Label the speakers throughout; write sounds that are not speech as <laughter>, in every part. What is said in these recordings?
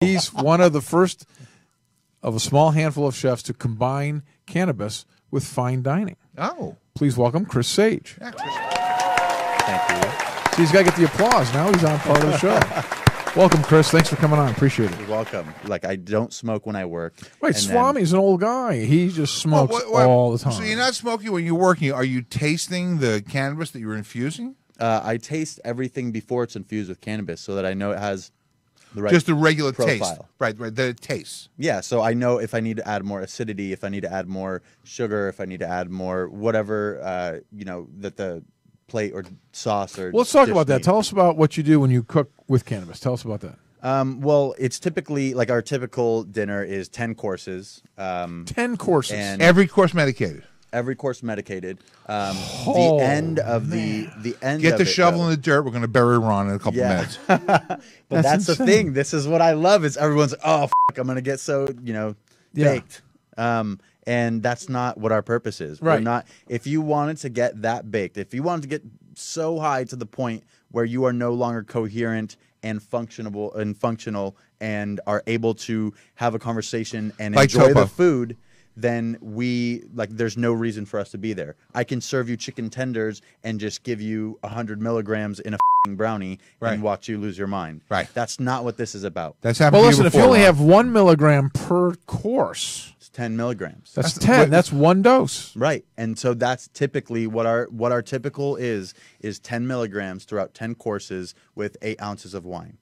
Speaker 1: He's one of the first of a small handful of chefs to combine cannabis with fine dining.
Speaker 2: Oh.
Speaker 1: Please welcome Chris Sage.
Speaker 2: Yeah,
Speaker 3: Thank you.
Speaker 1: So he's got to get the applause. Now he's on part of the show. welcome, Chris. Thanks for coming on. Appreciate it.
Speaker 3: You're welcome. Like I don't smoke when I work.
Speaker 1: Right,
Speaker 3: and then-
Speaker 1: Swami's an old guy. He just
Speaker 2: Well,
Speaker 1: smokes
Speaker 2: what- what-
Speaker 1: all the time.
Speaker 2: So you're not smoking when you're working. Are you tasting the cannabis that you're infusing?
Speaker 3: uh, I taste everything before it's infused with cannabis, so that I know it has the right.
Speaker 2: Just the regular taste.
Speaker 3: Profile.
Speaker 2: Right, right. The taste.
Speaker 3: yeah, so I know if I need to add more acidity, if I need to add more sugar, if I need to add more whatever uh, you know that the plate or sauce or.
Speaker 1: well, let's talk
Speaker 3: dish
Speaker 1: about that.
Speaker 3: needs.
Speaker 1: Tell us about what you do when you cook with cannabis. Tell us about that.
Speaker 3: Um, well, it's typically like our typical dinner is ten courses. Um,
Speaker 1: 10 courses.
Speaker 3: And-
Speaker 2: Every course medicated.
Speaker 3: every course medicated. Um,
Speaker 1: Oh,
Speaker 3: the end of the the end.
Speaker 2: Get
Speaker 3: of
Speaker 2: the
Speaker 3: it, uh,
Speaker 2: shovel
Speaker 3: though-
Speaker 2: in the dirt. We're going to bury Ron in a couple
Speaker 3: Yeah.
Speaker 2: minutes.
Speaker 3: But
Speaker 1: That's
Speaker 3: that's,
Speaker 1: insane.
Speaker 3: the thing. This is what I love. Is everyone's oh, f- I'm gonna get so you know
Speaker 1: Yeah.
Speaker 3: baked. Um, and that's not what our purpose is.
Speaker 1: Right.
Speaker 3: We're not. If you wanted to get that baked, if you wanted to get so high to the point where you are no longer coherent and functionable and functional and are able to have a conversation and
Speaker 2: Like
Speaker 3: enjoy
Speaker 2: Topo.
Speaker 3: the food, then we like there's no reason for us to be there. I can serve you chicken tenders and just give you 100 milligrams in a f***ing brownie
Speaker 2: Right.
Speaker 3: and watch you lose your mind.
Speaker 2: Right.
Speaker 3: That's not what this is about.
Speaker 2: That's happened
Speaker 1: well,
Speaker 2: to
Speaker 1: listen, if
Speaker 2: before,
Speaker 1: you only
Speaker 2: Ron.
Speaker 1: have one milligram per course,
Speaker 3: It's 10 milligrams.
Speaker 1: that's,
Speaker 2: That's-
Speaker 1: 10.
Speaker 2: wait-
Speaker 1: that's one dose.
Speaker 3: right. And so that's typically what our what our typical is is 10 milligrams throughout 10 courses with 8 ounces of wine.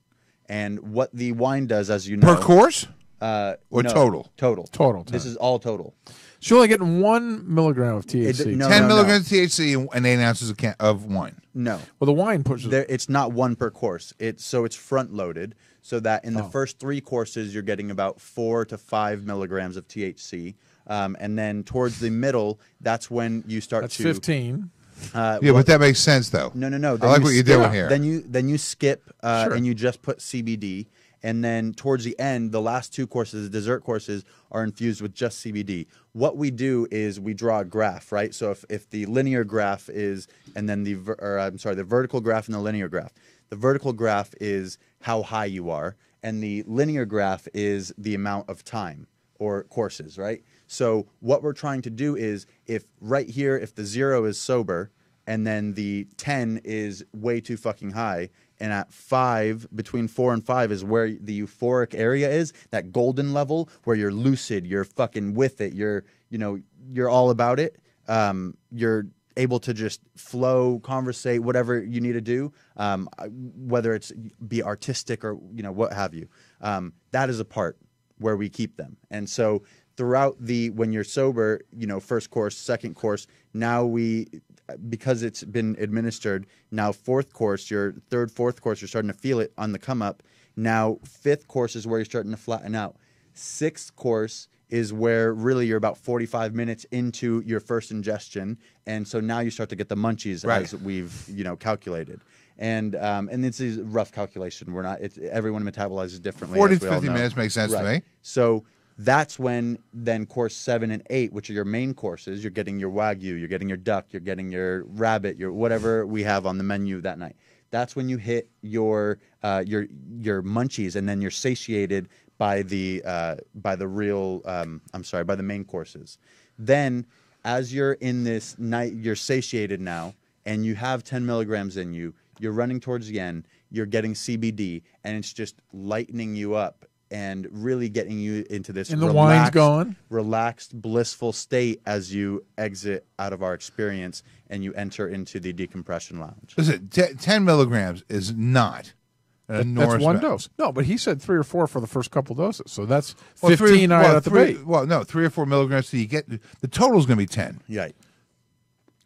Speaker 3: And what the wine does as you know
Speaker 2: Per course?
Speaker 3: uh,
Speaker 2: or total?
Speaker 3: Total.
Speaker 1: Total,
Speaker 3: This
Speaker 1: total.
Speaker 3: is all total.
Speaker 1: So you're only getting one milligram of THC.
Speaker 3: no,
Speaker 2: 10
Speaker 3: no.
Speaker 2: milligrams of THC and- and 8 ounces of, can- of wine.
Speaker 3: No.
Speaker 1: Well, the wine pushes.
Speaker 3: There, it's not one per course. It's so it's front loaded so that in the first three courses you're getting about four to five milligrams of THC, um, and then towards the middle that's when you start
Speaker 1: That's
Speaker 3: to
Speaker 1: 15.
Speaker 3: Uh,
Speaker 2: Yeah, but that makes sense, though.
Speaker 3: no, no, no.
Speaker 2: I
Speaker 3: then
Speaker 2: like what you're
Speaker 3: skip-
Speaker 2: doing here.
Speaker 3: Then you then you skip uh,
Speaker 1: Sure.
Speaker 3: and you just put CBD, and then towards the end, the last two courses, the dessert courses, are infused with just CBD. What we do is we draw a graph, right? So if, if the linear graph is, and then the ver- or I'm sorry, the vertical graph and the linear graph. The vertical graph is how high you are, and the linear graph is the amount of time or courses, right? So what we're trying to do is if right here, if the zero is sober, and then the 10 is way too fucking high and at five between four and five is where the euphoric area is that golden level where you're lucid you're fucking with it you're you know you're all about it um, you're able to just flow conversate whatever you need to do um, I- whether it's be artistic or you know what have you um, that is a part where we keep them. And so throughout the when you're sober, you know, first course, second course, now we because it's been administered, now fourth course, your third, fourth course, you're starting to feel it on the come up. Now fifth course is where you're starting to flatten out. Sixth course is where really you're about 45 minutes into your first ingestion and so now you start to get the munchies
Speaker 2: Right.
Speaker 3: as we've you know calculated and um, and this is a rough calculation we're not it's, everyone metabolizes differently
Speaker 2: 40
Speaker 3: as
Speaker 2: to
Speaker 3: we all
Speaker 2: 50
Speaker 3: know.
Speaker 2: minutes makes sense to me.
Speaker 3: So that's when then course seven and eight, which are your main courses, you're getting your wagyu, you're getting your duck, you're getting your rabbit, your whatever we have on the menu that night. That's when you hit your uh, your your munchies, and then you're satiated by the uh, by the real um, I'm sorry by the main courses. Then as you're in this night, you're satiated now, and you have 10 milligrams in you. You're running towards the end. You're getting CBD, and it's just lightening you up and really getting you into this
Speaker 1: And the wine's
Speaker 3: relaxed-
Speaker 1: gone.
Speaker 3: relaxed, blissful state as you exit out of our experience and you enter into the decompression lounge.
Speaker 2: Listen, te- 10 milligrams is not an enormous
Speaker 1: That's one
Speaker 2: amount.
Speaker 1: dose. No, but he said three or four for the first couple doses. So that's
Speaker 2: Well,
Speaker 1: 15
Speaker 2: three,
Speaker 1: out
Speaker 2: well,
Speaker 1: at the
Speaker 2: three,
Speaker 1: bait.
Speaker 2: Well, no, three or four milligrams. So you get the total is going to be 10.
Speaker 3: Yeah.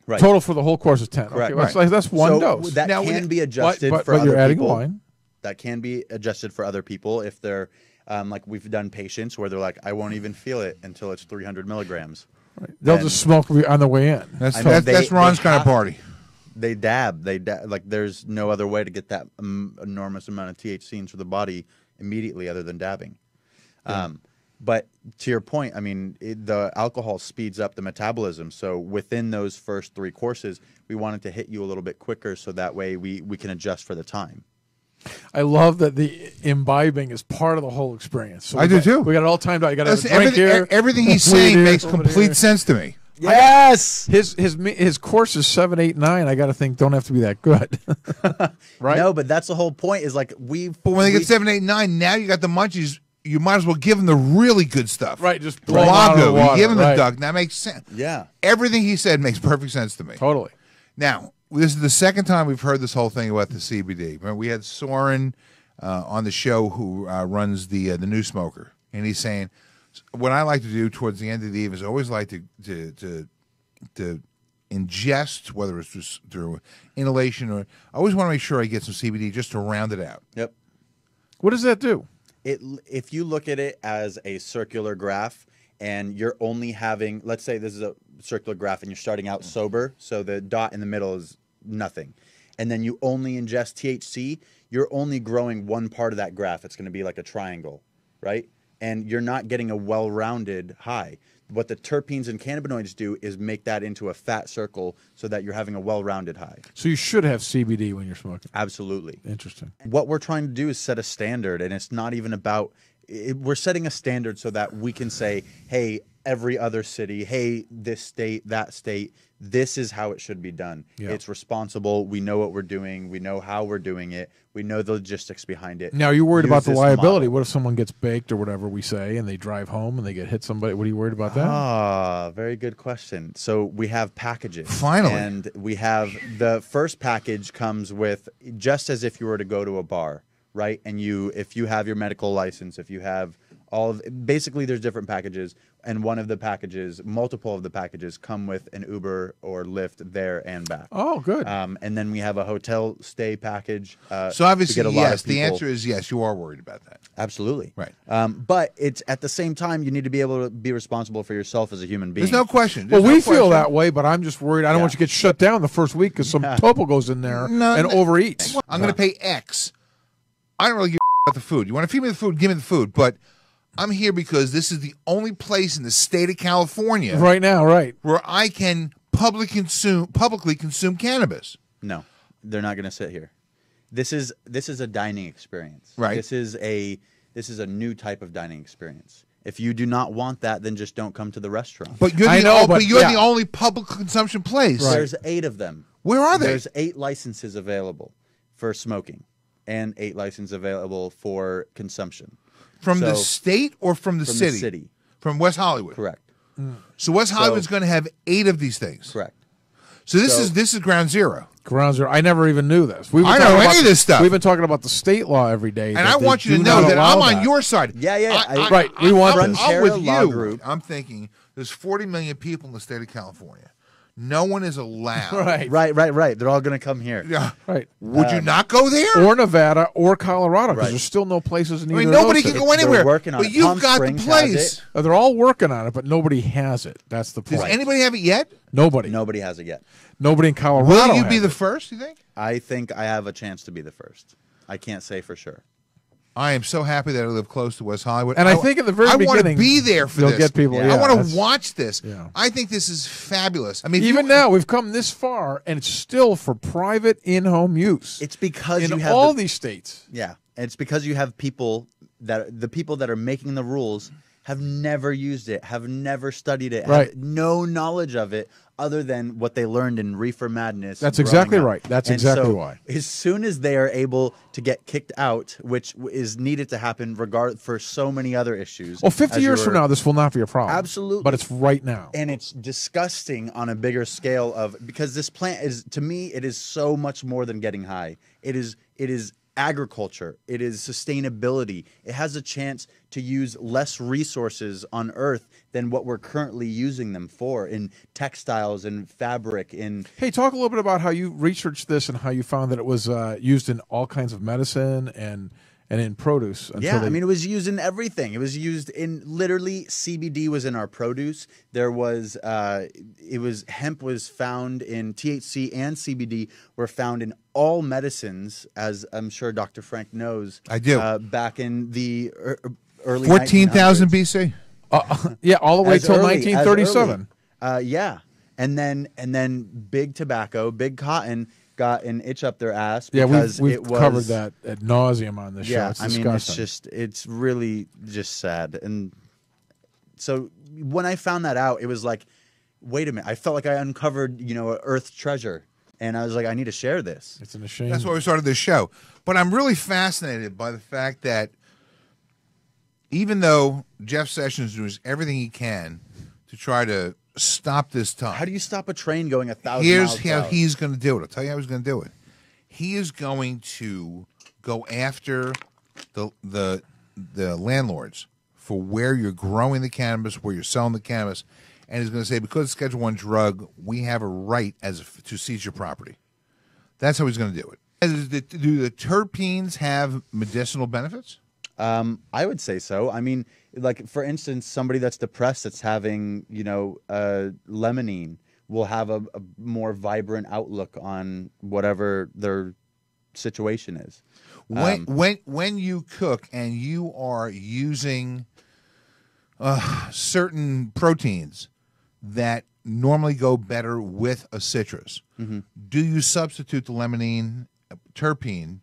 Speaker 3: Right.
Speaker 1: Total for the whole course is 10. Okay,
Speaker 3: Correct.
Speaker 1: well, that's, like- that's one
Speaker 3: so
Speaker 1: dose.
Speaker 3: That
Speaker 2: Now,
Speaker 3: can
Speaker 2: it-
Speaker 3: be adjusted
Speaker 1: but,
Speaker 3: for
Speaker 1: but
Speaker 3: other
Speaker 1: you're adding
Speaker 3: people.
Speaker 1: wine.
Speaker 3: that can be adjusted for other people if they're um, like we've done patients where they're like I won't even feel it until it's 300 milligrams.
Speaker 1: They'll
Speaker 3: And-
Speaker 1: just smoke re- on the way in.
Speaker 2: That's
Speaker 3: I know,
Speaker 2: that's,
Speaker 3: they-
Speaker 2: that's
Speaker 3: they
Speaker 2: Ron's kind of
Speaker 3: have-
Speaker 2: party.
Speaker 3: They dab, they da- like there's no other way to get that um, enormous amount of THC into the body immediately other than dabbing. Um, but to your point, I mean, it, the alcohol speeds up the metabolism. So within those first three courses, we wanted to hit you a little bit quicker so that way we we can adjust for the time.
Speaker 1: I love that the imbibing is part of the whole experience. So
Speaker 2: I
Speaker 1: we
Speaker 2: do
Speaker 1: got-
Speaker 2: too.
Speaker 1: We got it all timed out. You got to have a
Speaker 2: That's-
Speaker 1: drink
Speaker 2: everything,
Speaker 1: here.
Speaker 2: e- everything he's
Speaker 3: <laughs>
Speaker 1: weed
Speaker 2: saying
Speaker 1: here,
Speaker 2: makes
Speaker 1: somebody
Speaker 2: complete
Speaker 1: here.
Speaker 2: sense to me.
Speaker 4: Yes.
Speaker 1: His his me- his course is seven, eight, nine. I got to think don't have to be that good, <laughs>
Speaker 2: <laughs>
Speaker 1: right?
Speaker 3: No, but that's the whole point. Is like we.
Speaker 2: But when they
Speaker 3: we,
Speaker 2: get seven, eight, nine, now you got the munchies. You might as well give them the really good stuff.
Speaker 1: Right, just blow 'em out of the
Speaker 2: Wagyu.
Speaker 1: water,
Speaker 2: You give them
Speaker 1: right.
Speaker 2: the duck. That makes sense.
Speaker 3: Yeah.
Speaker 2: Everything he said makes perfect sense to me.
Speaker 1: Totally.
Speaker 2: Now, this is the second time we've heard this whole thing about the CBD. Remember, we had Soren uh, on the show who uh, runs the uh, the New Smoker, and he's saying, "What I like to do towards the end of the evening is always like to to to, to ingest, whether it's just through inhalation or I always want to make sure I get some CBD just to round it out."
Speaker 3: Yep.
Speaker 1: What does that do?
Speaker 3: it if you look at it as a circular graph and you're only having let's say this is a circular graph and you're starting out sober so the dot in the middle is nothing and then you only ingest THC you're only growing one part of that graph it's going to be like a triangle right and you're not getting a well-rounded high what the terpenes and cannabinoids do is make that into a fat circle so that you're having a well-rounded high
Speaker 1: So you should have CBD when you're smoking.
Speaker 3: absolutely
Speaker 1: Interesting.
Speaker 3: what we're trying to do is set a standard and it's not even about it, we're setting a standard so that we can say hey every other city hey this state that state this is how it should be done
Speaker 1: Yeah.
Speaker 3: it's responsible we know what we're doing we know how we're doing it we know the logistics behind it
Speaker 1: Now, are you worried
Speaker 3: Use
Speaker 1: about the
Speaker 3: this
Speaker 1: liability?
Speaker 3: model.
Speaker 1: What if someone gets baked or whatever we say, and they drive home and they get hit somebody? What are you worried about
Speaker 2: Oh. Uh,
Speaker 1: that?
Speaker 3: Ah, very good question. So we have packages.
Speaker 2: Finally.
Speaker 3: And we have the first package comes with just as if you were to go to a bar, right? And you if you have your medical license, if you have all of basically there's different packages and one of the packages, multiple of the packages come with an Uber or Lyft there and back.
Speaker 1: oh, good.
Speaker 2: uh,
Speaker 3: Um, and then we have a hotel stay package. Uh,
Speaker 2: So obviously,
Speaker 3: to get a lot
Speaker 2: yes,
Speaker 3: of people.
Speaker 2: the answer is yes. You are worried about that.
Speaker 3: absolutely
Speaker 2: Right.
Speaker 3: Um, but it's at the same time you need to be able to be responsible for yourself as a human being.
Speaker 2: There's no question.
Speaker 1: well,
Speaker 2: There's no
Speaker 1: we feel
Speaker 2: question.
Speaker 1: that way, but I'm just worried. I don't want you
Speaker 3: Yeah.
Speaker 1: to get shut down the first week because some topo goes in there
Speaker 2: No,
Speaker 1: and
Speaker 2: no.
Speaker 1: overeats.
Speaker 2: I'm going to pay X. I don't really give a about the food. You want to feed me the food? Give me the food. But I'm here because this is the only place in the state of California
Speaker 1: Right now, right.
Speaker 2: where I can public consume publicly consume cannabis.
Speaker 3: No, they're not going to sit here. This is this is a dining experience.
Speaker 2: Right.
Speaker 3: This is a this is a new type of dining experience. If you do not want that, then just don't come to the restaurant.
Speaker 2: But you're the
Speaker 1: I know,
Speaker 2: o- but,
Speaker 1: but-
Speaker 2: you're
Speaker 1: yeah.
Speaker 2: the only public consumption place.
Speaker 3: there's eight of them.
Speaker 2: Where are they?
Speaker 3: There's eight licenses available for smoking, and eight licenses available for consumption.
Speaker 2: From the
Speaker 3: So-
Speaker 2: state or from the
Speaker 3: From the
Speaker 2: city?
Speaker 3: city.
Speaker 2: From West Hollywood.
Speaker 3: Correct.
Speaker 2: So West Hollywood's going to have eight of these things.
Speaker 3: Correct.
Speaker 2: So this
Speaker 3: So-
Speaker 2: is this is ground zero.
Speaker 1: Ground zero. I never even knew this. We've been
Speaker 2: I know
Speaker 1: talking
Speaker 2: any
Speaker 1: about-
Speaker 2: of this stuff.
Speaker 1: We've been talking about the state law every day.
Speaker 2: And I want you to know that I'm on your side.
Speaker 3: Yeah, yeah,
Speaker 2: I,
Speaker 3: I-
Speaker 2: I-
Speaker 1: Right, we
Speaker 2: I-
Speaker 1: want
Speaker 2: I'm,
Speaker 1: this.
Speaker 2: I'm with
Speaker 3: Frontiera Law
Speaker 2: you.
Speaker 3: Group.
Speaker 2: I'm thinking there's 40 million people in the state of California. No one is allowed.
Speaker 1: <laughs> Right.
Speaker 3: Right. Right. Right. They're all going to come here.
Speaker 2: Yeah.
Speaker 1: Right.
Speaker 2: Would
Speaker 3: Um,
Speaker 2: you not go there?
Speaker 1: Or Nevada or Colorado because
Speaker 3: Right.
Speaker 1: there's still no places in
Speaker 2: I
Speaker 1: either
Speaker 2: mean,
Speaker 1: of those
Speaker 2: nobody can
Speaker 1: cities.
Speaker 2: go anywhere.
Speaker 3: working on
Speaker 2: but
Speaker 3: it.
Speaker 2: you've
Speaker 3: Palm
Speaker 2: got
Speaker 3: Springs
Speaker 2: the
Speaker 3: has
Speaker 2: place.
Speaker 3: it.
Speaker 1: Uh, They're all working on it, but nobody has it. That's the
Speaker 2: Does
Speaker 1: point.
Speaker 2: anybody have it yet?
Speaker 1: nobody.
Speaker 3: Nobody has it yet.
Speaker 1: Nobody in Colorado.
Speaker 2: Will you be
Speaker 1: has
Speaker 2: the
Speaker 1: it.
Speaker 2: first, you think?
Speaker 3: I think I have a chance to be the first. I can't say for sure.
Speaker 2: I am so happy that I live close to West Hollywood.
Speaker 1: And I
Speaker 2: wa-
Speaker 1: think at the very
Speaker 2: I wanna
Speaker 1: beginning,
Speaker 2: be there for
Speaker 1: you'll
Speaker 2: this.
Speaker 1: get people-
Speaker 3: yeah,
Speaker 2: I want
Speaker 1: that's-
Speaker 2: to watch this.
Speaker 1: yeah.
Speaker 2: I think this is fabulous. I mean, if
Speaker 1: Even
Speaker 2: you-
Speaker 1: now, we've come this far, and it's still for private in-home use.
Speaker 3: It's because
Speaker 1: in
Speaker 3: you have
Speaker 1: all
Speaker 3: the-
Speaker 1: these states.
Speaker 3: Yeah, and it's because you have people that the people that are making the rules have never used it, have never studied it,
Speaker 1: Right.
Speaker 3: have no knowledge of it other than what they learned in Reefer Madness.
Speaker 1: That's
Speaker 3: growing
Speaker 1: exactly
Speaker 3: up.
Speaker 1: right. That's
Speaker 3: And
Speaker 1: exactly
Speaker 3: so
Speaker 1: why.
Speaker 3: As soon as they are able to get kicked out, which w- is needed to happen regard for so many other issues.
Speaker 1: Well, 50
Speaker 3: as you
Speaker 1: years from
Speaker 3: were-
Speaker 1: now, this will not be a problem.
Speaker 3: Absolutely.
Speaker 1: But it's right now.
Speaker 3: and it's disgusting on a bigger scale of because this plant is to me it is so much more than getting high it is it is agriculture it is sustainability it has a chance to use less resources on earth than what we're currently using them for in textiles and fabric in
Speaker 1: Hey, talk a little bit about how you researched this and how you found that it was uh, used in all kinds of medicine and and in produce. Until
Speaker 3: yeah,
Speaker 1: they-
Speaker 3: I mean, it was used in everything. It was used in literally CBD was in our produce. There was uh, it was hemp was found in THC and CBD were found in all medicines, as I'm sure Dr. Frank knows.
Speaker 2: I do.
Speaker 3: Uh, back in the er, er- early
Speaker 2: 14,000
Speaker 3: 1900s.
Speaker 2: BC.
Speaker 1: Uh, yeah, all the way
Speaker 3: As
Speaker 1: till
Speaker 3: early- as
Speaker 1: 1937.
Speaker 3: early. Uh, yeah, and then and then big tobacco, big cotton got an itch up their ass
Speaker 1: Yeah,
Speaker 3: because
Speaker 1: we've, we've
Speaker 3: it was
Speaker 1: covered that at nauseum on this show.
Speaker 3: yeah,
Speaker 1: It's
Speaker 3: I
Speaker 1: disgusting.
Speaker 3: mean, it's just it's really just sad. And so when I found that out, it was like, wait a minute, I felt like I uncovered you know Earth's treasure, and I was like, I need to share this.
Speaker 1: It's an ashamed.
Speaker 2: That's why we started this show. But I'm really fascinated by the fact that even though Jeff Sessions does everything he can to try to stop this time,
Speaker 3: How do you stop a train going a thousand?
Speaker 2: here's
Speaker 3: miles per
Speaker 2: how
Speaker 3: hour?
Speaker 2: he's going to do it. I'll tell you how he's going to do it. He is going to go after the the the landlords for where you're growing the cannabis, where you're selling the cannabis, and he's going to say because it's a Schedule One drug, we have a right as a, to seize your property. That's how he's going to do it. And is the- do the terpenes have medicinal benefits?
Speaker 3: Um, I would say so. I mean, like for instance, somebody that's depressed that's having you know uh, lemonine will have a, a more vibrant outlook on whatever their situation is.
Speaker 2: when
Speaker 3: Um,
Speaker 2: when when you cook and you are using uh, certain proteins that normally go better with a citrus,
Speaker 3: Mm-hmm.
Speaker 2: do you substitute the lemonine uh, terpene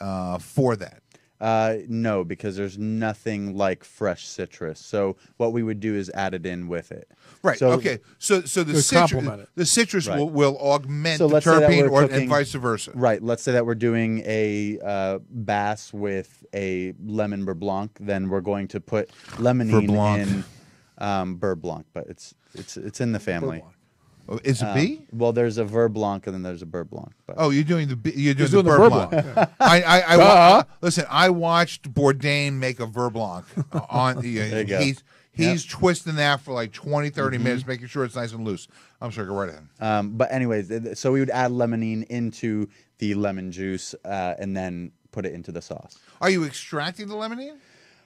Speaker 2: uh, for that?
Speaker 3: Uh, no, because there's nothing like fresh citrus. So what we would do is add it in with it.
Speaker 2: Right.
Speaker 3: So,
Speaker 2: okay. So so the
Speaker 1: To
Speaker 2: citrus
Speaker 1: complement it.
Speaker 2: the citrus
Speaker 3: Right.
Speaker 2: will, will augment
Speaker 3: So
Speaker 2: the
Speaker 3: let's say that
Speaker 2: terpene
Speaker 3: we're
Speaker 2: or and
Speaker 3: cooking-
Speaker 2: vice versa.
Speaker 3: Right. Let's say that we're doing a uh, bass with a lemon beurre blanc. Then we're going to put lemonine
Speaker 2: blanc.
Speaker 3: in um, beurre blanc, but it's it's it's in the family.
Speaker 2: Oh, Is it
Speaker 3: Um,
Speaker 2: B?
Speaker 3: Well, there's a ver blanc and then there's a beurre blanc. But
Speaker 2: Oh, you're doing the B- you're doing,
Speaker 1: doing
Speaker 2: the
Speaker 1: the
Speaker 2: Beurre
Speaker 1: Beurre Uh-huh.
Speaker 2: Blanc. <laughs> I, I, I, wa- listen. I watched Bourdain make a Verblanc <laughs> on. the
Speaker 3: you go. Mm-hmm.
Speaker 2: he's he's twisting that for like 20, 30 minutes, making sure it's nice and loose. I'm sorry, go right ahead.
Speaker 3: um, but anyways, th- th- so we would add lemonine into the lemon juice uh, and then put it into the sauce.
Speaker 2: Are you extracting the lemonade?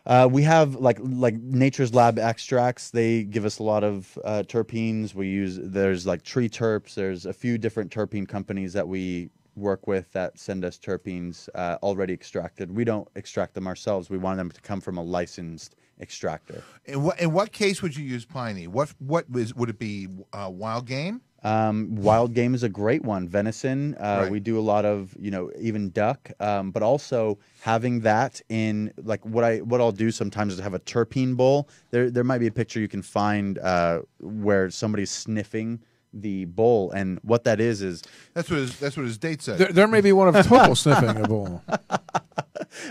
Speaker 3: Uh, we have like like Nature's Lab extracts. They give us a lot of uh, terpenes. We use there's like tree terps. There's a few different terpene companies that we work with that send us terpenes uh, already extracted. We don't extract them ourselves. We want them to come from a licensed extractor.
Speaker 2: In what in what case would you use piney? What what is would it be? Uh, wild game?
Speaker 3: Um, wild game is a great one. Venison. Uh,
Speaker 2: Right.
Speaker 3: We do a lot of you know even duck, um, but also having that in like what I what I'll do sometimes is have a terpene bowl. There there might be a picture you can find uh, where somebody's sniffing the bowl, and what that is is
Speaker 2: That's what his, that's what his date said.
Speaker 1: There, there may be one
Speaker 3: <laughs>
Speaker 1: of Topo sniffing a bowl.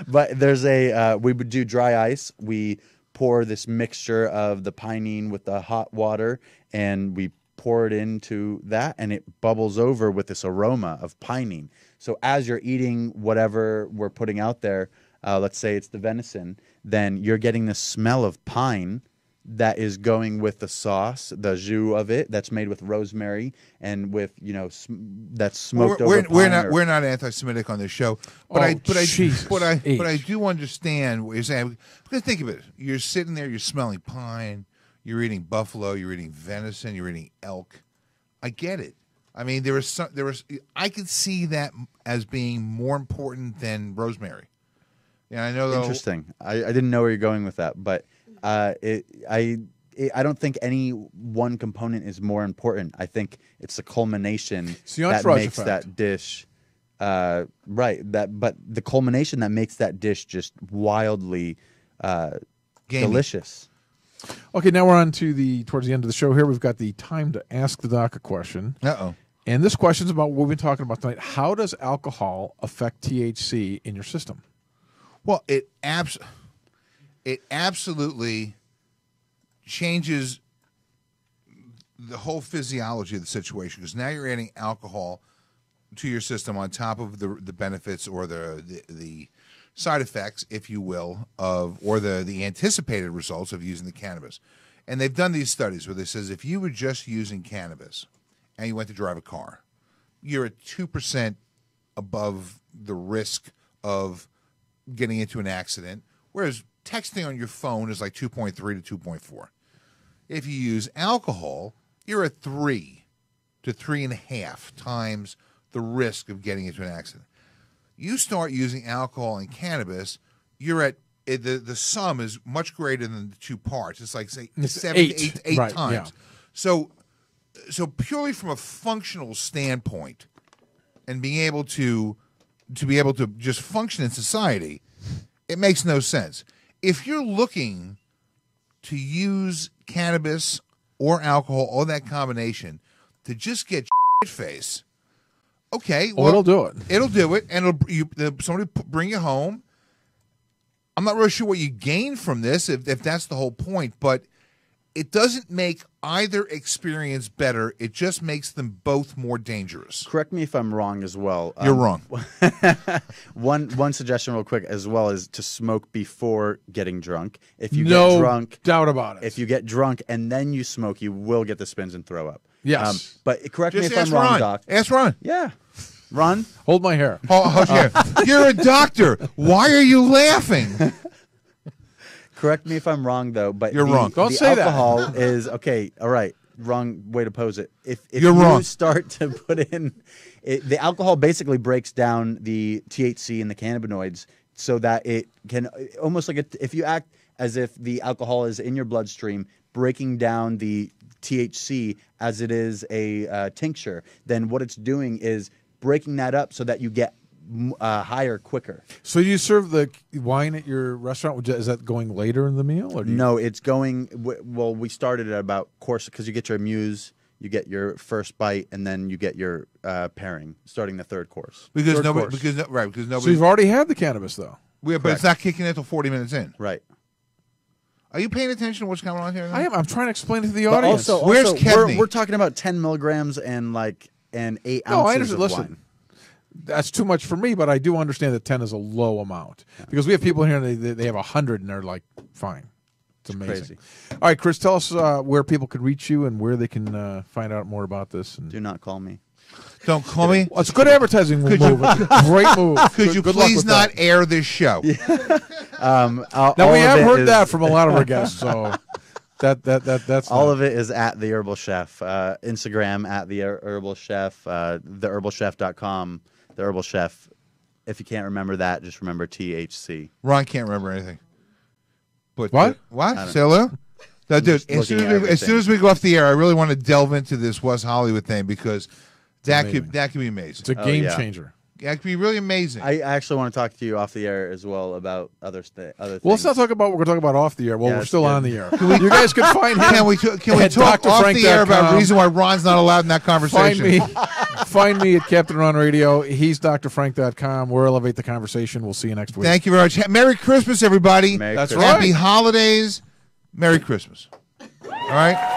Speaker 3: but there's a uh, we would do dry ice. We pour this mixture of the pinene with the hot water, and we pour it into that, and it bubbles over with this aroma of pinene. So as you're eating whatever we're putting out there, uh, let's say it's the venison, then you're getting the smell of pine that is going with the sauce, the jus of it that's made with rosemary and with you know sm- that's
Speaker 2: We're,
Speaker 3: smoked over.
Speaker 2: we're, we're
Speaker 3: pine
Speaker 2: not
Speaker 3: or-
Speaker 2: we're not anti-Semitic on this show,
Speaker 1: Oh,
Speaker 2: but I but I
Speaker 1: Jesus
Speaker 2: but I but I
Speaker 1: H.
Speaker 2: do understand what you're saying because think of it: you're sitting there, you're smelling pine, you're eating buffalo, you're eating venison, you're eating elk. I get it. I mean, there is some there is I could see that as being more important than rosemary. Yeah, I know. Though,
Speaker 3: Interesting. I, I didn't know where you're going with that, but uh, it, I it, I don't think any one component is more important. I think it's the culmination
Speaker 1: the
Speaker 3: that
Speaker 1: entourage
Speaker 3: makes
Speaker 1: effect.
Speaker 3: that dish uh, right. That but the culmination that makes that dish just wildly uh,
Speaker 2: Gamey.
Speaker 3: delicious.
Speaker 1: Okay, now we're on to the towards the end of the show. Here we've got the time to ask the doc a question,
Speaker 2: Uh oh.
Speaker 1: and this question's about what we've been talking about tonight. How does alcohol affect THC in your system?
Speaker 2: Well, it abs it absolutely changes the whole physiology of the situation because now you're adding alcohol to your system on top of the the benefits or the the, the side effects, if you will, of or the the anticipated results of using the cannabis. And they've done these studies where they says if you were just using cannabis and you went to drive a car, you're at two percent above the risk of getting into an accident, whereas texting on your phone is like 2.3 to 2.4. If you use alcohol, you're at three to three and a half times the risk of getting into an accident. You start using alcohol and cannabis, you're at it, the the sum is much greater than the two parts. It's like say
Speaker 1: It's
Speaker 2: seven to
Speaker 1: eight.
Speaker 2: eight, eight
Speaker 1: Right,
Speaker 2: times.
Speaker 1: yeah.
Speaker 2: So so purely from a functional standpoint, and being able to to be able to just function in society, it makes no sense. If you're looking to use cannabis or alcohol or that combination to just get shit face, okay,
Speaker 1: Oh, it'll do it.
Speaker 2: It'll do it, and it'll you, the, somebody p- bring you home. I'm not really sure what you gain from this, if, if that's the whole point, but it doesn't make either experience better. It just makes them both more dangerous.
Speaker 3: Correct me if I'm wrong as well.
Speaker 2: You're
Speaker 3: Um,
Speaker 2: wrong.
Speaker 3: One one suggestion, real quick, as well, is to smoke before getting drunk. If you
Speaker 1: no
Speaker 3: get drunk,
Speaker 1: doubt about it.
Speaker 3: if you get drunk and then you smoke, you will get the spins and throw up. Um,
Speaker 1: Yes.
Speaker 3: but correct
Speaker 2: Just
Speaker 3: me if
Speaker 2: ask
Speaker 3: I'm wrong,
Speaker 2: Ron.
Speaker 3: Doc.
Speaker 2: Ask Ron.
Speaker 3: Yeah, Ron.
Speaker 1: Hold my hair.
Speaker 2: Oh, <laughs> okay. You're a doctor. Why are you laughing?
Speaker 3: Correct me if I'm wrong, though. But
Speaker 2: You're
Speaker 3: the-
Speaker 2: wrong.
Speaker 1: Don't
Speaker 3: the
Speaker 1: say that.
Speaker 2: <laughs>
Speaker 3: alcohol that. is okay. All right, wrong way to pose it. If, if
Speaker 2: You're
Speaker 3: you
Speaker 2: wrong.
Speaker 3: start to put in it, the alcohol, basically breaks down the THC and the cannabinoids so that it can almost like it, if you act as if the alcohol is in your bloodstream, breaking down the THC as it is a uh, tincture. Then what it's doing is breaking that up so that you get mm, uh, higher quicker.
Speaker 1: So you serve the wine at your restaurant? Would you- Is that going later in the meal? Or do you,
Speaker 3: No, it's going. w- Well, we started at about course because you get your muse, you get your first bite, and then you get your uh, pairing, starting the third course.
Speaker 2: Because
Speaker 1: Third
Speaker 2: nobody.
Speaker 1: course.
Speaker 2: Because no, right. Because
Speaker 1: So
Speaker 2: nobody.
Speaker 1: you've already had the cannabis though.
Speaker 2: we, but it's not kicking in until 40 minutes in.
Speaker 3: Right.
Speaker 2: Are you paying attention to what's going on here?
Speaker 1: I am. I'm trying to explain it to the
Speaker 3: But
Speaker 1: audience.
Speaker 3: also,
Speaker 2: Where's
Speaker 3: also, we're,
Speaker 2: Kevney?
Speaker 3: we're talking about ten milligrams and like and eight
Speaker 1: no, I understand.
Speaker 3: ounces of
Speaker 1: Listen,
Speaker 3: wine.
Speaker 1: that's too much for me, but I do understand that ten is a low amount because we have people here and they they, they have hundred and they're like, fine, it's amazing.
Speaker 3: crazy.
Speaker 1: All right, Chris, tell us uh, where people can reach you and where they can uh, find out more about this. And
Speaker 3: Do not call me.
Speaker 2: Don't call me.
Speaker 1: well, it's a good advertising move. It's a
Speaker 3: <laughs>
Speaker 1: great move.
Speaker 2: Could
Speaker 1: Good-
Speaker 2: you
Speaker 1: good luck
Speaker 2: please
Speaker 1: with
Speaker 2: not
Speaker 1: That.
Speaker 2: air this show?
Speaker 3: Um, all-
Speaker 1: Now
Speaker 3: all
Speaker 1: we
Speaker 3: of
Speaker 1: have
Speaker 3: it
Speaker 1: heard
Speaker 3: is-
Speaker 1: that from a lot of
Speaker 3: <laughs>
Speaker 1: our guests, so that that that that's
Speaker 3: All
Speaker 1: not-
Speaker 3: of it is at the Herbal Chef. Uh, Instagram at the Her- Herbal Chef. Uh, theherbalchef.com. The Herbal Chef. If you can't remember that, just remember THC.
Speaker 2: Ron can't remember anything. But
Speaker 1: What?
Speaker 2: what? Say hello? No, dude.
Speaker 3: just
Speaker 2: As soon
Speaker 3: looking
Speaker 2: as,
Speaker 3: at
Speaker 2: we, as soon
Speaker 3: everything.
Speaker 2: as we go off the air, I really want to delve into this West Hollywood thing because that
Speaker 1: Amazing.
Speaker 2: could that could be amazing.
Speaker 1: it's a
Speaker 3: Oh,
Speaker 1: game
Speaker 3: yeah.
Speaker 1: changer.
Speaker 2: that could be really amazing.
Speaker 3: I actually want to talk to you off the air as well about other st- other things.
Speaker 1: Well, let's not talk about what we're talking about off the air. Well,
Speaker 3: Yeah,
Speaker 1: we're
Speaker 3: it's
Speaker 1: still
Speaker 3: good.
Speaker 1: on the air. you guys
Speaker 3: <laughs>
Speaker 1: can find him.
Speaker 2: can we t-
Speaker 1: <laughs>
Speaker 2: can we
Speaker 1: At
Speaker 2: talk off the air about
Speaker 1: drfrank.com.
Speaker 2: reason why Ron's not allowed in that
Speaker 1: Find
Speaker 2: conversation?
Speaker 1: me, <laughs> find me at Captain Ron Radio. He's drfrank.com. We'll elevate the conversation. We'll see you next week.
Speaker 2: Thank you very much. Ha- Merry Christmas, everybody.
Speaker 3: Merry
Speaker 1: That's
Speaker 3: Christmas.
Speaker 1: right.
Speaker 2: Happy holidays. Merry Christmas. All right.